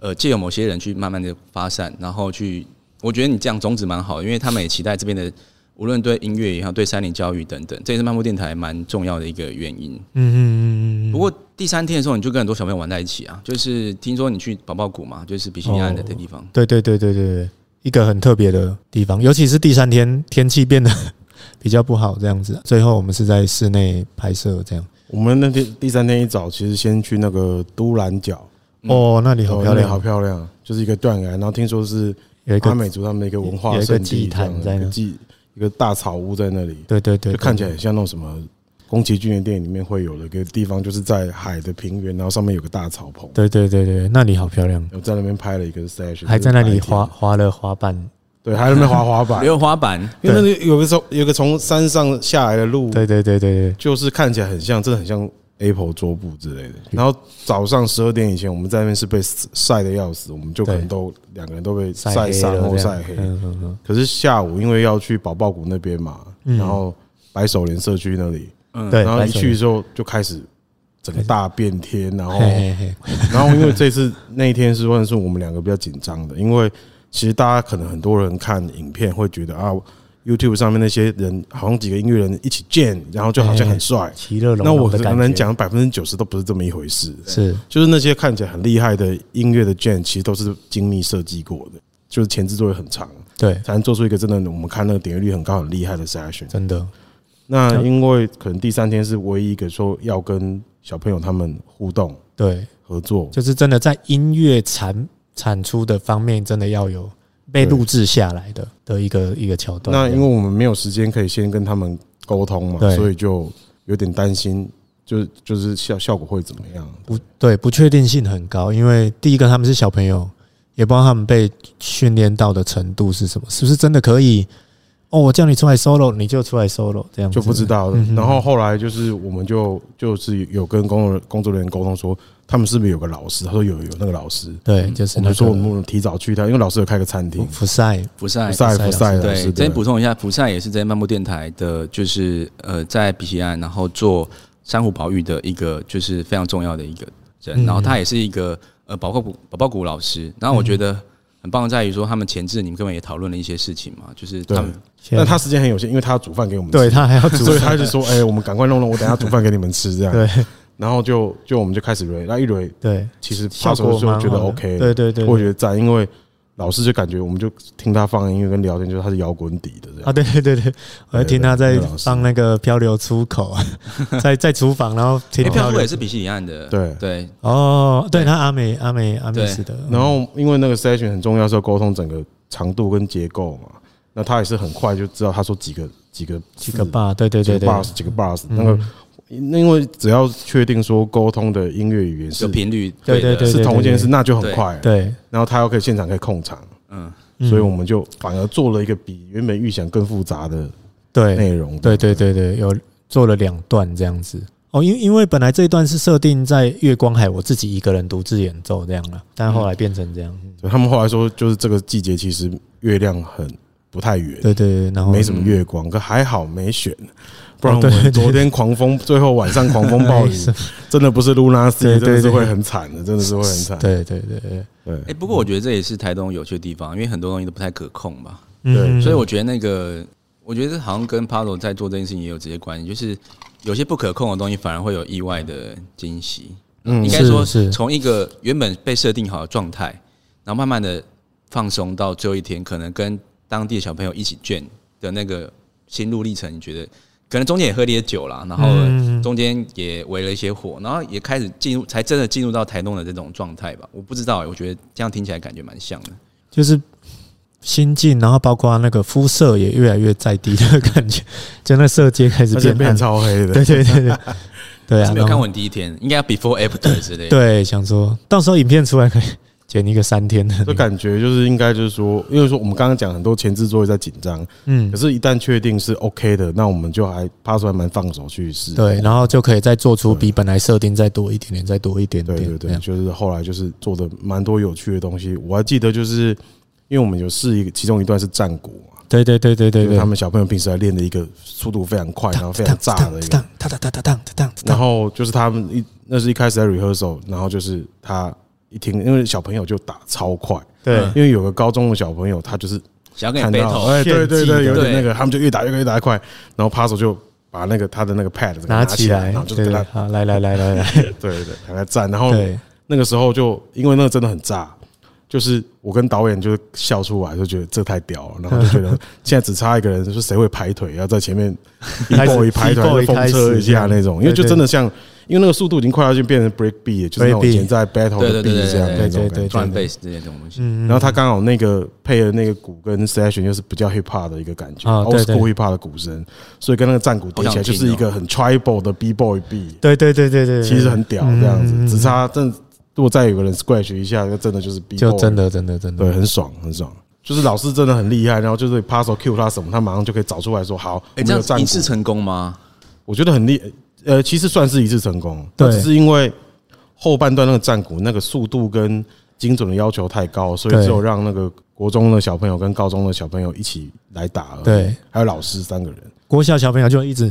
呃借由某些人去慢慢的发散，然后去，我觉得你这样宗旨蛮好的，因为他们也期待这边的。无论对音乐也好，对山林教育等等，这也是漫步电台蛮重要的一个原因。嗯嗯嗯嗯嗯，不过第三天的时候，你就跟很多小朋友玩在一起啊，就是听说你去宝宝谷嘛，就是比基尼岸的地方。对对对对对对，一个很特别的地方，尤其是第三天天气变得 比较不好这样子。最后我们是在室内拍摄这样。我们那天第三天一早，其实先去那个都兰角，嗯哦，那里好哦那漂里亮，好漂亮，就是一个断崖，然后听说是有一个阿美族他们的一个文化有一个圣地祭这样坛的，在那一个祭一个大草屋在那里，对对对，就对看起来很像那种什么宫崎骏的电影里面会有的一个地方，就是在海的平原，然后上面有个大草棚。对对对对，那里好漂亮，我在那边拍了一个 session，还在那里就是白滑天，滑了滑嗯板，对，还在那边滑滑板，溜滑板， 因为那里有个从有个从山上下来的路，对对对对对，就是看起来很像，真的很像 Apple 桌布之类的。嗯然后早上十二点以前，我们在那边是被晒的要死，我们就可能对都两个人都被晒晒黑伤了或这晒样，黑。嗯嗯嗯，可是下午因为要去宝宝谷那边嘛，嗯然后白手莲社区那里，嗯，对然后一去白之后就开始整个大变天，然后嘿嘿嘿， 然后因为这次那一天是算是我们两个比较紧张的，因为其实大家可能很多人看影片会觉得啊，YouTube 上面那些人好像几个音乐人一起见，然后就好像很帅。哎其乐融那我融的可感能觉，讲百分之九十都不是这么一回事，是就是那些看起来很厉害的音乐的 jam，其实都是精密设计过的，就是前置作业很长，对，才能做出一个真的我们看那个点阅率很高、很厉害的 session。真的，那因为可能第三天是唯一一个说要跟小朋友他们互动对，合作，就是真的在音乐产产出的方面，真的要有被录制下来的的一个一个桥段。那因为我们没有时间可以先跟他们沟通嘛，对所以就有点担心，就就是效效果会怎么样？不对，不确定性很高，因为第一个他们是小朋友，也不知道他们被训练到的程度是什么，是不是真的可以？哦，我叫你出来 solo，你就出来 solo，这样子就不知。道了嗯。哼然后后来就是我们就就是有跟工作工作人员沟通说，他们是不是有个老师？他说有有那个老师，对，就是我那们说我个哦们提早去他，因为老师有开个餐厅，福赛，福赛不晒不晒老对，师这边对。补充一下，福赛也是在漫步电台的，就是呃，在比西安，然后做珊瑚保育的一个，就是非常重要的一个人。嗯然后他也是一个呃宝宝谷宝宝谷老师。然后我觉得很棒，在于说他们前置，你们根本也讨论了一些事情嘛，就是他们哦现在但他时间很有限，因为他要煮饭给我们吃， 对他还要煮所以他就说：“哎，我们赶快弄弄，我等下煮饭给你们吃。”这样， 对然后就就我们就开始蕊，那一蕊对，其实效他果说蛮觉得好的 OK，对对对，我觉得赞，因为老师就感觉我们就听他放音乐跟聊天，就是他是摇滚底的这啊，样。对 对对对，我在听他在放那个漂流出口， 在在厨房，然后听哎诶漂票数流也是比西里岸的，对对，哦，对，那阿美阿美阿美对是的，然后因为那个 session 很重要，是要沟通整个长度跟结构嘛。那他也是很快就知道，他说几个几个几个字 bar，对对几对个对， bars 几个 bars，嗯那个那因为只要确定说沟通的音乐语言有是频率，对的对对是同一件事，那就很快。对，然后他又可以现场可以控场，嗯，嗯所以我们就反而做了一个比原本预想更复杂的对内容。对对对对，有做了两段这样子。哦，因因为本来这一段是设定在月光海，我自己一个人独自演奏这样了，但后来变成这样，对，他们后来说，就是这个季节其实月亮很不太圆，对对对，然后没什么月光，可还好没选，不然哦我对们昨天狂风，最后晚上狂风 暴雨，真的不是露娜对斯，对真的是对会很惨的，真的是会很惨。对对对对，对哎，不过我觉得这也是台东有趣的地方，因为很多东西都不太可控吧。嗯所以我觉得那个，我觉得好像跟 Pablo 在做这件事情也有直接关系，就是有些不可控的东西反而会有意外的惊喜。嗯应该说是是从一个原本被设定好的状态，然后慢慢的放松到最后一天，可能跟当地的小朋友一起卷的那个心路历程，你觉得可能中间也喝了一些酒啦，然后嗯中间也围了一些火，然后也开始进入，才真的进入到台东的这种状态吧。我不知道、欸，我觉得这样听起来感觉蛮像的。就是心境，然后包括那个肤色也越来越在地的感觉， 就那色阶开始而且变变暗。超黑的对，对对对，对啊，是没有然看后过你第一天，应该要 before after 之类的。对，想说到时候影片出来可以剪一个三天的，就感觉就是应该就是说，因为说我们刚刚讲很多前置作业在紧张，嗯可，是一旦确定是 OK 的，那我们就还趴出来蛮放手去试。对，然后就可以再做出比本来设定再多一点点，再多一点对点，对这对，样就是后来就是做的蛮多有趣的东西。我还记得就是因为我们有试一个，其中一段是战鼓嘛。对对对对对就是对，他们小朋友平时还练的一个速度非常快，然后非常炸的一个当当当当当当当然后就是他们一那是一开始在 rehearsal，然后就是他一听，因为小朋友就打超快，对因为有个高中的小朋友，他就是想要跟看你到， battle，哎，对对炫技的对，有点那个，他们就越打越快，越打越快，然后扒手就把那个他的那个 pad 整个拿起起来，来然后，就对跟对，他，好， 来来来来来，对对，跟他站，然后对那个时候就因为那个真的很炸，就是我跟导演就是笑出来，就觉得这太屌了，然后就觉得现在只差一个人，就是谁会排腿，要在前面一开始步一排腿，一步一风开始车一下那种，因为就对对真的像，因为那个速度已经快要就变成 break beat，了就是那种 break beat 现在 battle 对的对对 beat 这样对那对种对感觉。对转 bass 这些东西，嗯然后他刚好那个配的那个鼓跟 session 又是比较 hip hop 的一个感觉啊，old 对对 school hip hop 的鼓声，所以跟那个战鼓叠起来哦就是一个很 tribal 的 b boy beat。对对对对对，其实很屌这样嗯嗯嗯子，只差真的如果再有个人 scratch 一下，就真的就是 B 就真的真的真的对，很爽很爽。就是老师真的很厉害，然后就是 puzzle cue 他什么，他马上就可以找出来说好，我哎，们这有样子战一鼓。次成功吗？我觉得很厉，呃，其实算是一次成功，对只是因为后半段那个战鼓那个速度跟精准的要求太高，所以对只有让那个国中的小朋友跟高中的小朋友一起来打而已，对，还有老师三个人，国小小朋友就一直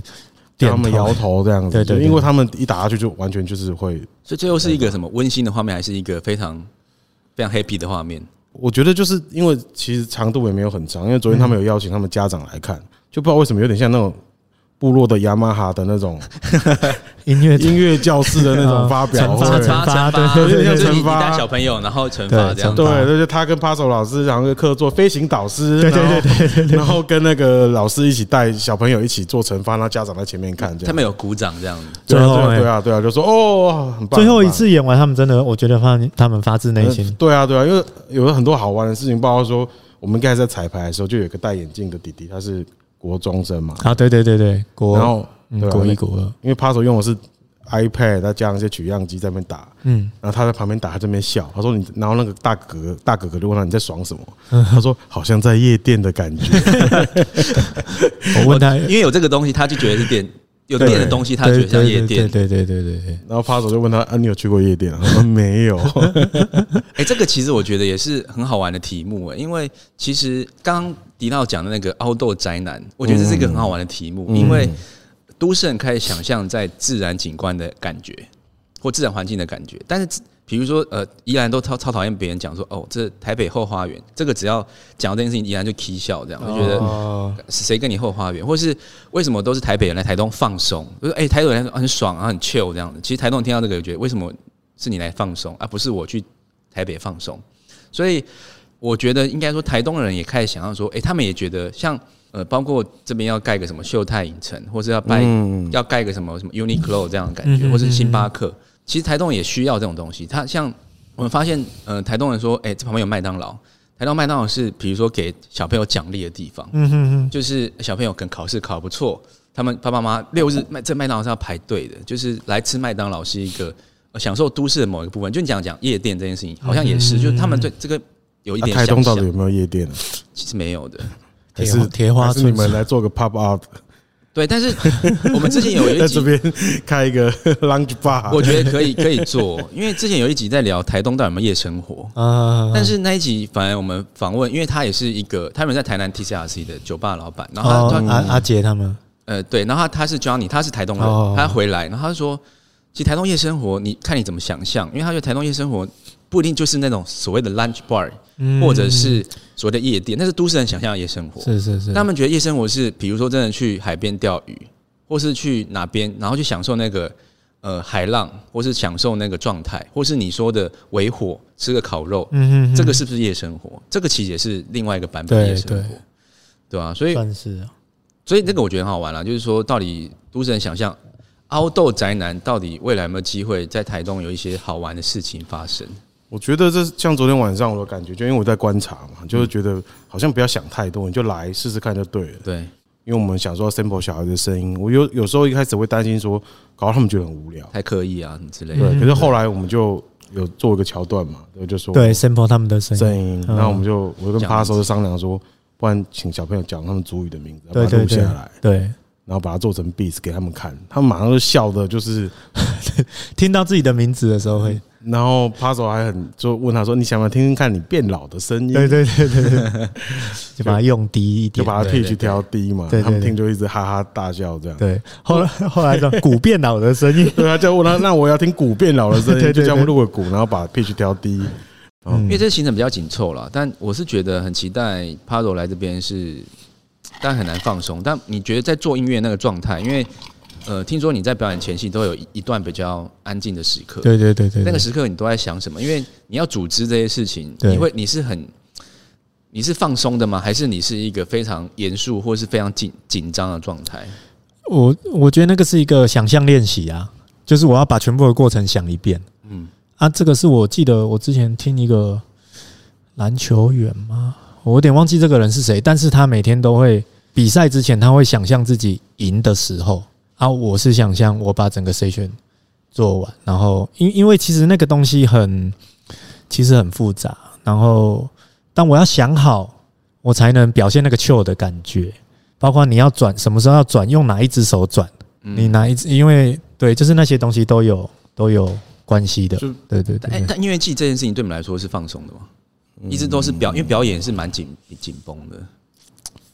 给点他们摇头这样子，对对就对因为他们一打下去就完全就是会所以最后是一个什么温馨的画面，还是一个非常非常 happy 的画面？我觉得就是因为其实长度也没有很长，因为昨天他们有邀请他们家长来看，嗯就不知道为什么有点像那种部落的雅马哈的那 种音乐音乐教室的那种发表 惩会罚。惩罚惩惩罚罚，对对对就是你惩罚你带小朋友，然后惩罚对这样惩子罚。对，就是他跟 p a s o 老师，然后跟客座飞行导师，对对对对然后跟那个老师一起带小朋友一起做惩罚，然后家长在前面看，这他样。们有鼓掌这样子，对啊最后对啊哎对啊对啊，就说哦，很棒。最后很一棒次演完，他们真的，我觉得发他们发自内心。对啊，对啊，因为有很多好玩的事情，包括说我们刚才在彩排的时候，就有一个戴眼镜的弟弟，他是国中生嘛，啊，对对对对，国然后嗯对啊国一国二，因为 p a s o 用的是 iPad，再加上一些取样机在那边打，嗯，然后他在旁边打，他这边笑，他说你，然后那个大哥哥大哥哥就问他你在爽 什么，他说好像在夜店的感觉，我问他，哦因为有这个东西，他就觉得是电有对电的东西，他觉得像夜店。对对对对对对，然后 p a s o 就问他啊你有去过夜店啊？他说没有，哎、这个其实我觉得也是很好玩的题目哎、因为其实刚刚迪奥讲的那个凹豆宅男，我觉得这是一个很好玩的题目，因为都市人开始想象在自然景观的感觉或自然环境的感觉，但是自比如说呃，宜兰都超超讨厌别人讲说哦，这台北后花园，这个只要讲到这件事情，宜兰就 k 笑这样，就觉得。哦是谁跟你后花园，或是为什么都是台北人来台东放松？就是哎、台北人很爽啊，很 chill 这样子。其实台东人听到这个，觉得为什么是你来放松，而、不是我去台北放松？所以我觉得应该说，台东人也开始想要说，哎、他们也觉得像呃，包括这边要盖个什么秀泰影城，或是要盖、要盖个什么什么 Uniqlo 这样的感觉，嗯嗯或是星巴克。其实台东也需要这种东西。他像我们发现，呃，台东人说，哎、这旁边有麦当劳。台东麦当劳是，比如说给小朋友奖励的地方，嗯哼哼，就是小朋友可能考试考不错，他们爸爸妈妈六日麦在麦当劳是要排队的，就是来吃麦当劳是一个呃享受都市的某一个部分。就你讲讲夜店这件事情，好像也是，就是他们对这个 有一嗯啊点台想东到底象，有没有夜店啊？其实没有的。还铁是花铁花还是你村们来做个 pop up，对， 但是我们之前有一在这集，边 开一个 lounge 哎 bar，啊我觉得可以可以做，因为之前有一集在聊台东到底有没有夜生活，嗯啊，但是那一集反而我们访问，因为他也是一个他们在台南 TCRC 的酒吧老板，然后哦嗯他他阿阿杰他们，呃，对，然后他他是 Johnny，他是台东人，哦他回来，然后他说，其实台东夜生活，你看你怎么想象，因为他觉得台东夜生活不一定就是那种所谓的 lunch bar，、嗯或者是所谓的夜店，那是都市人想象的夜生活。是是是，他们觉得夜生活是，比如说真的去海边钓鱼，或是去哪边，然后去享受那个呃海浪，或是享受那个状态，或是你说的围火吃个烤肉，嗯哼，这个是不是夜生活？这个其实也是另外一个版本的对夜生活对，对啊，所以算是啊所以这个我觉得很好玩啦，啊就是说到底都市人想象凹豆宅男到底未来有没有机会在台东有一些好玩的事情发生？我觉得这是像昨天晚上我的感觉，就因为我在观察嘛，就是觉得好像不要想太多，你就来试试看就对了。对，因为我们想说 sample 小孩的声音，我有有时候一开始会担心说，搞到他们觉得很无聊，太刻意啊什么之类对的。。可是后来我们就有做一个桥段嘛，我就说对 sample 他们的声音，声音，嗯然后我们就我就跟讲 Paso 就商量说，不然请小朋友讲他们主语的名字，把对它对录下对来，对，然后把它做成 beats 给他们看，他们马上就笑的，就是听到自己的名字的时候会，然后 Paso 还很就问他说，你想不想听听看你变老的声音？对对对对对，就把它用低一嗯就点，把它对对 pitch 调低嘛，对对对他们听就一直哈哈大笑这样。对，后来后来的古变老的声音，对啊，就问他，那我要听鼓变老的 声对音，对就对叫他们录个鼓，然后把 pitch 调低。因嗯为这个行程比较紧凑了，但我是觉得很期待 p a d o 来这边是，但很难放松。但你觉得在做音乐那个状态，因为呃，听说你在表演前戏都有一一段比较安静的时刻，对对对对，那个对时刻你都在想什么？因为你要组织这些事情，对你会你是很你是放松的吗？还是你是一个非常严肃或是非常紧紧张的状态？我我觉得那个是一个想象练习啊，就是我要把全部的过程想一遍嗯，啊。这个是我记得我之前听一个篮球员吗？我有点忘记这个人是谁，但是他每天都会比赛之前，他会想象自己赢的时候啊。我是想象我把整个 session 做完，然后因因为其实那个东西很其实很复杂，然后但我要想好，我才能表现那个 chill 的感觉。包括你要转什么时候要转，用哪一只手转，嗯你哪一只，因为对，就是那些东西都有都有关系的就，对对哎、对，嗯但音乐季这件事情对你们来说是放松的吗？一直都是表，因为表演是蛮紧紧绷的，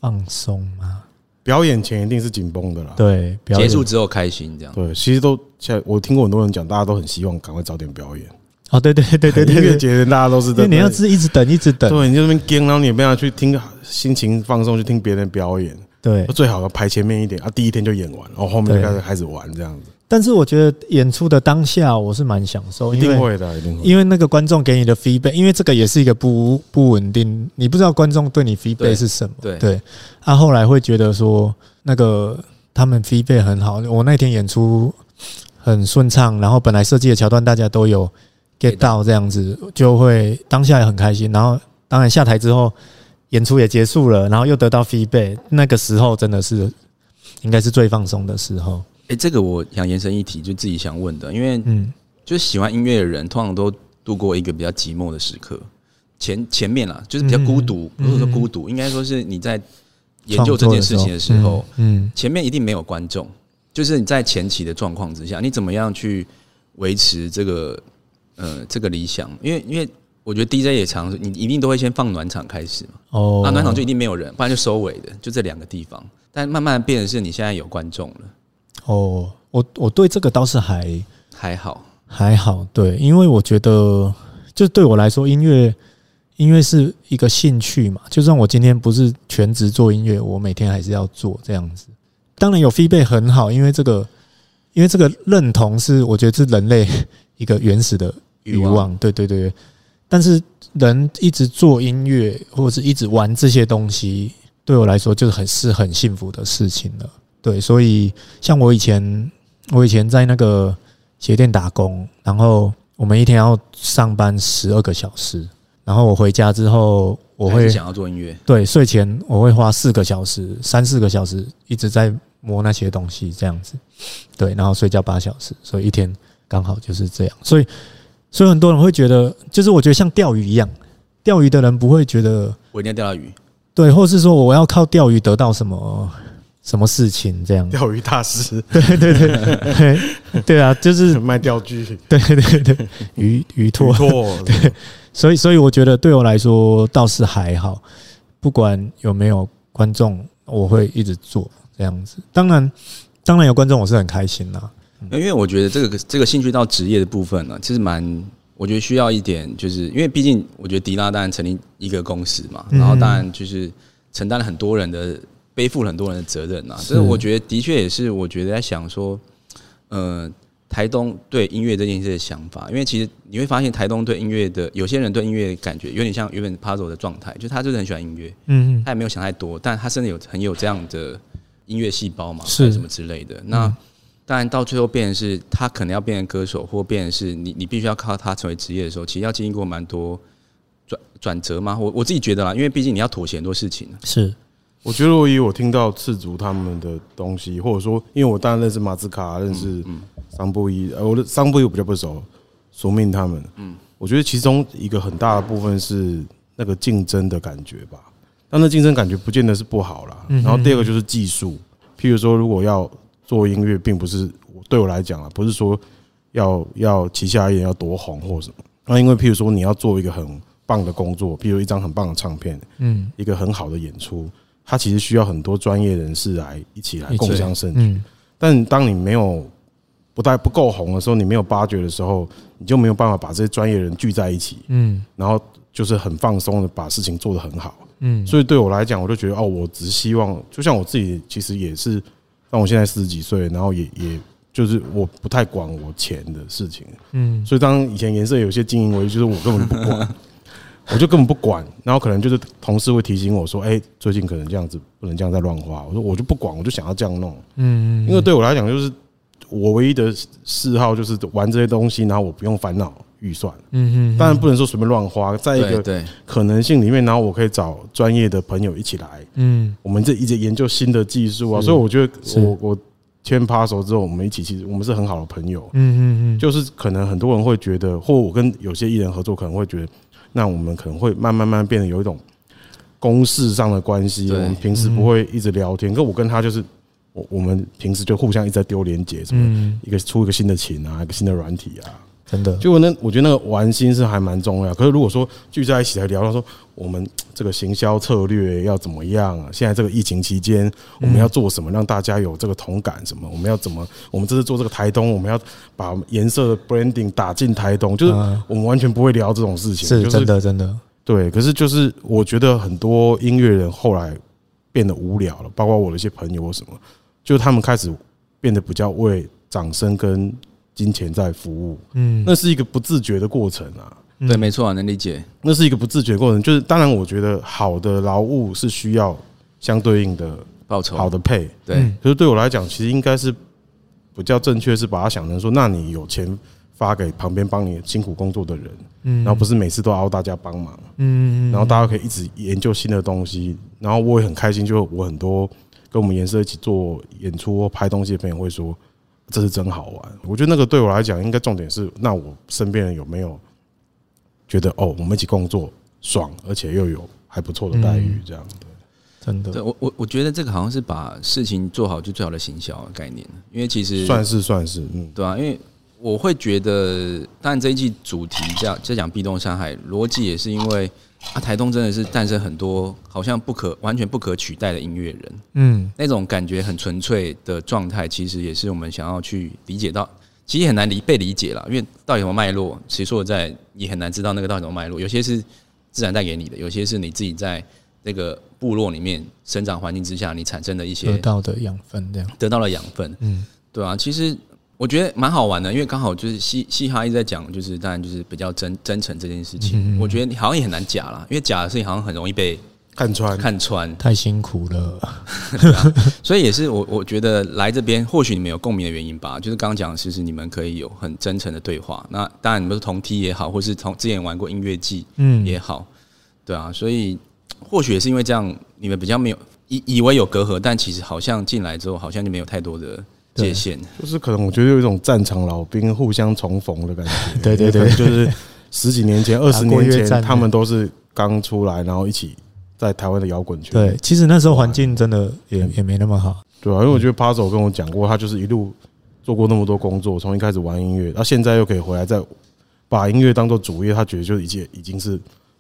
放松嘛，表演前一定是紧绷的啦。对，表结演束之后开心这样。对，其实都现在我听过很多人讲，大家都很希望赶快早点表演。哦，对对对对对音乐对，节的大家都是因为在你要那是一直等一直等，对，你就那边跟，然后你也不要去听，心情放松去听别人表演，对，最好要排前面一点啊，第一天就演完，然后后面就对开始开始玩这样子，但是我觉得演出的当下我是蛮享受，一因定为会的，啊一定会。因为那个观众给你的 feedback，因为这个也是一个不不稳定，你不知道观众对你 feedback 对是什么，对对，他、后来会觉得说那个他们 feedback 很好，我那天演出很顺畅，然后本来设计的桥段大家都有 get 到，这样子就会当下也很开心，然后当然下台之后演出也结束了，然后又得到 feedback，那个时候真的是应该是最放松的时候，哎、这个我想延伸一提，就自己想问的，因为嗯，就是喜欢音乐的人，通常都度过一个比较寂寞的时刻。前前面啦，就是比较孤独，嗯嗯嗯不是说孤独，应该说是你在研究这件事情的时创候作，的时候嗯。嗯前面一定没有观众，就是你在前期的状况之下，你怎么样去维持这个呃这个理想？因为因为我觉得 DJ 也常，你一定都会先放暖场开始嘛，哦，那、啊暖场就一定没有人，不然就收尾的，就这两个地方。但慢慢变的是，你现在有观众了，哦，我我对这个倒是还还好，还好，对，因为我觉得，就对我来说，音乐音乐是一个兴趣嘛。就算我今天不是全职做音乐，我每天还是要做这样子。当然有 feedback 很好，因为这个，因为这个认同是我觉得是人类 一个原始的欲望，对对对。但是人一直做音乐或者是一直玩这些东西，对我来说就是很是很幸福的事情了。对，所以像我以前，我以前在那个鞋店打工，然后我们一天要上班十二个小时，然后我回家之后，我还会是想要做音乐，对睡前我会花四个小时、三四个小时一直在摸那些东西，这样子，对，然后睡觉八小时，所以一天刚好就是这样。所以，所以很多人会觉得，就是我觉得像钓鱼一样，钓鱼的人不会觉得我一定要钓到鱼。对，或是说我要靠钓鱼得到什么什么事情这 样。钓鱼大师对对对对对啊，就 是卖钓具、对对对，鱼鱼拓拖，拖，所以所以我觉得对我来说倒是还好，不管有没有观众，我会一直做这样子。当然，当然有观众，我是很开心啦。因为我觉得这个这个兴趣到职业的部分呢、其实蛮，我觉得需要一点，就是因为毕竟我觉得迪拉当然成立一个公司嘛，嗯然后当然就是承担了很多人的背负了很多人的责任呐、啊。是所以我觉得的确也是，我觉得在想说，呃，台东对音乐这件事的想法，因为其实你会发现台东对音乐的有些人对音乐的感觉有点像原本 puzzle 的状态，就是他就是很喜欢音乐，嗯，他也没有想太多，但他甚至有很有这样的音乐细胞嘛，是还什么之类的。那、当然到最后变成是他可能要变成歌手，或变成是你你必须要靠他成为职业的时候，其实要经历过蛮多转转折嘛。我我自己觉得啦，因为毕竟你要妥协很多事情啊。是我觉得我以我听到赤足他们的东西，或者说，因为我当然认识马斯卡，认识桑布伊，呃，我的桑布伊我比较不熟，索命他们，嗯，我觉得其中一个很大的部分是那个竞争的感觉吧，但那竞争感觉不见得是不好啦。然后第二个就是技术，譬如说，如果要做音乐，并不是我对我来讲啊，不是说要要旗下艺人要多红或什么，那因为譬如说你要做一个很棒的工作，譬如一张很棒的唱片，嗯一个很好的演出，它其实需要很多专业人士来一起来一起共襄盛举。嗯，但当你没有不太不够红的时候，你没有挖掘的时候，你就没有办法把这些专业人聚在一起，嗯然后就是很放松的把事情做得很好。嗯，所以对我来讲，我就觉得哦，我只希望，就像我自己其实也是但我现在四十几岁，然后也也就是我不太管我钱的事情，嗯，所以当以前颜色有些经营危机，就是我根本就不管，我就根本不管。然后可能就是同事会提醒我说：“哎、最近可能这样子不能这样再乱花。”我说：“我就不管，我就想要这样弄。”嗯，因为对我来讲，就是我唯一的嗜好就是玩这些东西，然后我不用烦恼预算。嗯嗯，当然不能说随便乱花，在一对个对，可能性里面，然后我可以找专业的朋友一起来，嗯我们这一直研究新的技术啊。是所以我觉得是我我签 p a s 之后，我们一起其实我们是很好的朋友。嗯嗯嗯，就是可能很多人会觉得，或我跟有些艺人合作，可能会觉得，那我们可能会慢慢慢慢变得有一种公事上的关系。我对们平时不会一直聊天，可我跟他就是，我我们平时就互相一直在丢连接，什么嗯，一个出一个新的琴啊，一个新的软体啊。真的，结果呢，我觉得那个玩心是还蛮重要。可是如果说聚在一起来聊，到说我们这个行销策略要怎么样啊？现在这个疫情期间，我们要做什么让大家有这个同感？什么？我们要怎么？我们这次做这个台东，我们要把颜色的 branding 打进台东，就是嗯我们完全不会聊这种事情，是就真的真的，对。可是就是我觉得很多音乐人后来变得无聊了，包括我的一些朋友或什么，就他们开始变得比较为掌声跟金钱在服务。嗯，那是一个不自觉的过程啊，对，没错啊，能理解。那是一个不自觉的过程。就是当然，我觉得好的劳务是需要相对应的报酬好的配，对，可是对我来讲，其实应该是比较正确，是把它想成说，那你有钱发给旁边帮你辛苦工作的人，嗯，然后不是每次都要大家帮忙，嗯，嗯，然后大家可以一直研究新的东西，然后我也很开心，就我很多跟我们颜色一起做演出或拍东西的朋友会说，这是真好玩。我觉得那个对我来讲，应该重点是，那我身边人有没有觉得哦，我们一起工作爽，而且又有还不错的待嗯遇，这样的。真对的，我我我觉得这个好像是把事情做好就最好的行销的概念，因为其实算是算是，嗯，对啊，因为我会觉得，当然这一季主题叫在讲壁咚山海，逻辑也是因为啊，台东真的是诞生很多好像不可完全不可取代的音乐人，嗯那种感觉很纯粹的状态，其实也是我们想要去理解到，其实很难理被理解啦，因为到底什么脉络，其实说实在也很难知道那个到底什么脉络，有些是自然带给你的，有些是你自己在那个部落里面生长环境之下你产生的一得些到的养分这样，得到了养分，嗯对啊，其实我觉得蛮好玩的，因为刚好就是嘻嘻哈一直在讲，就是当然就是比较真真诚这件事情，嗯嗯嗯我觉得你好像也很难假啦，因为假的事情好像很容易被看穿，看穿，太辛苦了，所以也是我我觉得来这边或许你们有共鸣的原因吧，就是刚刚讲，其实你们可以有很真诚的对话，那当然你们是同梯也好，或是同之前玩过音乐季嗯，也好，对啊，所以或许也是因为这样，你们比较没有以以为有隔阂，但其实好像进来之后好像就没有太多的界对限，就是可能我觉得有一种战场老兵互相重逢的感觉。 对对对可能就是十几年前、二十年 打过越前，战的他们都是刚出来，然后一起在台湾的摇滚圈。对，其实那时候环境真的也也没那么好，对啊，因为我觉得 Puzzle 跟我讲过，他就是一路做过那么多工作，从一开始玩音乐，到现在又可以回来再把音乐当做主业，他觉得就已经已经是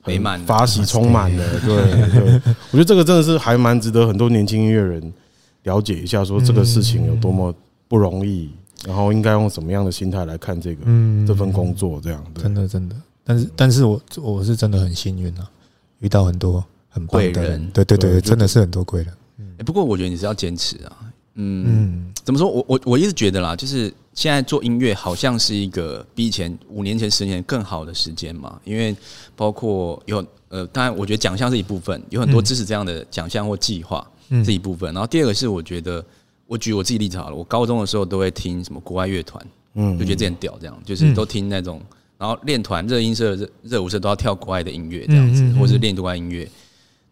很美满了发喜充满了。对对，我觉得这个真的是还蛮值得很多年轻音乐人了解一下，说这个事情有多么不容易，然后应该用什么样的心态来看这个嗯，这份工作，这样对嗯真。的真的，但是但是我我是真的很幸运啊，遇到很多很棒贵的人对对对对，就真的是很多贵人，欸不过我觉得你是要坚持啊，嗯嗯怎么说？我我我一直觉得啦，就是现在做音乐好像是一个比以前五年前、十年更好的时间嘛，因为包括有呃，当然我觉得奖项是一部分，有很多嗯支持这样的奖项或计划嗯是一部分。然后第二个是我觉得，我举我自己例子好了，我高中的时候都会听什么国外乐团，嗯就觉得这很屌，这样就是都听那种，然后练团、热音社、热热舞社都要跳国外的音乐这样子，嗯嗯嗯或是练国外音乐。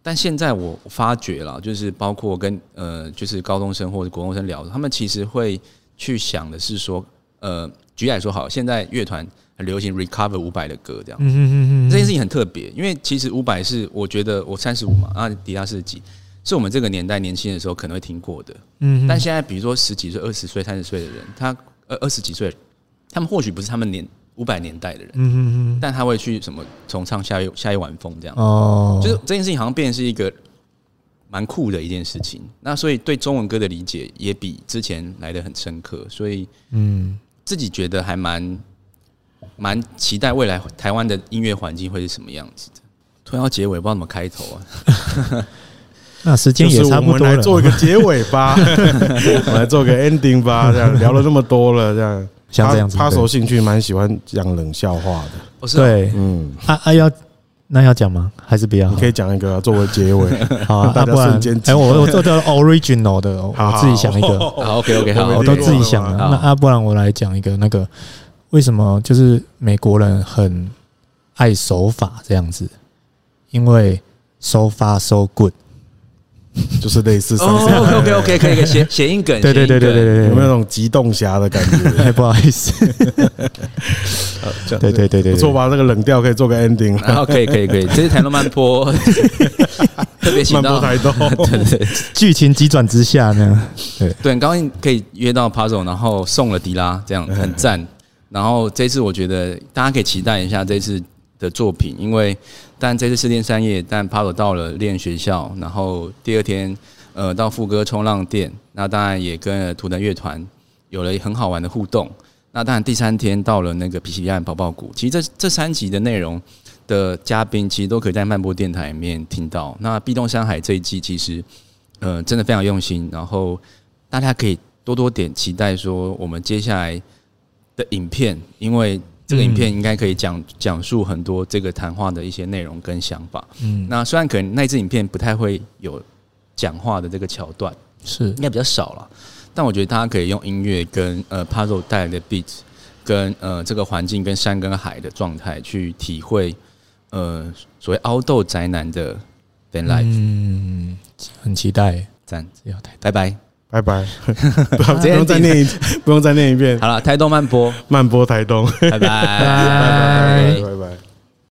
但现在我发觉了，就是包括跟呃，就是高中生或者国中生聊，他们其实会去想的是说，呃，举例来说好，现在乐团很流行 recover 五百的歌这样，嗯嗯嗯这件事情很特别，因为其实五百是我觉得我三十五嘛，啊，迪拉是几，是我们这个年代年轻的时候可能会听过的，嗯但现在比如说十几岁、二十岁、三十岁的人，他呃二十几岁，他们或许不是他们年五百年代的人，嗯嗯嗯，但他会去什么重唱下一下一晚风这样，哦，就是这件事情好像变成是一个蛮酷的一件事情。那所以对中文歌的理解也比之前来的很深刻，所以嗯。自己觉得还蛮蛮期待未来台湾的音乐环境会是什么样子的。突然要结尾，不知道怎么开头啊。那时间就是也差我不们多来了。 做一个结尾吧， 我们来做个 ending 吧。这样聊了这么多了，这样像这样子，他他对手兴趣蛮喜欢讲冷笑话的，哦是啊对嗯，啊啊要那要讲吗？还是不要你？可以讲一个作为结 尾，好啊，大啊家不然瞬间哎，我我做的 original 的，我好我自己想一个，好，OK OK，我好，没我听都过自己想好的。好那啊，不然我来讲一个那个为什么就是美国人很爱守法这样子，因为 so far so good。就是类似上次 OK OK OK，可以可以谐谐音梗，对对对对对对有对没有那对，种急冻侠的感 觉？ 哎，不好意思，这样对对对对对不错吧？这个冷调可以做个 ending 然后可以可以可以，这是台东慢 坡，特别请 慢到 波台东， 剧情急转直下呢。对，很高兴可以约到 Puzzle，然后送了迪拉，这样很赞。然后这次我觉得大家可以期待一下这次的作品，因为但这次四天三夜，但 Puzzle 到了练学校，然后第二天呃到副歌冲浪店，那当然也跟了图腾乐团有了很好玩的互动。那当然第三天到了那个皮皮岸宝宝谷，其实这这三集的内容的嘉宾其实都可以在漫播电台里面听到。那壁咚山海这一季其实呃真的非常用心，然后。大家可以多多点期待说我们接下来的影片，因为这个影片应该可以讲讲述很多这个谈话的一些内容跟想法。嗯，那虽然可能那支影片不太会有讲话的这个桥段，是应该比较少了，但我觉得大家可以用音乐跟呃 puzzle 带来的 beat，跟呃这个环境跟山跟海的状态去体会呃所谓凹豆宅男的 van life。嗯，很期待。赞，这要太拜拜。 拜拜，不用再念一， 不用再念一遍，好了，台东慢播，慢波台东，拜拜拜拜拜拜拜。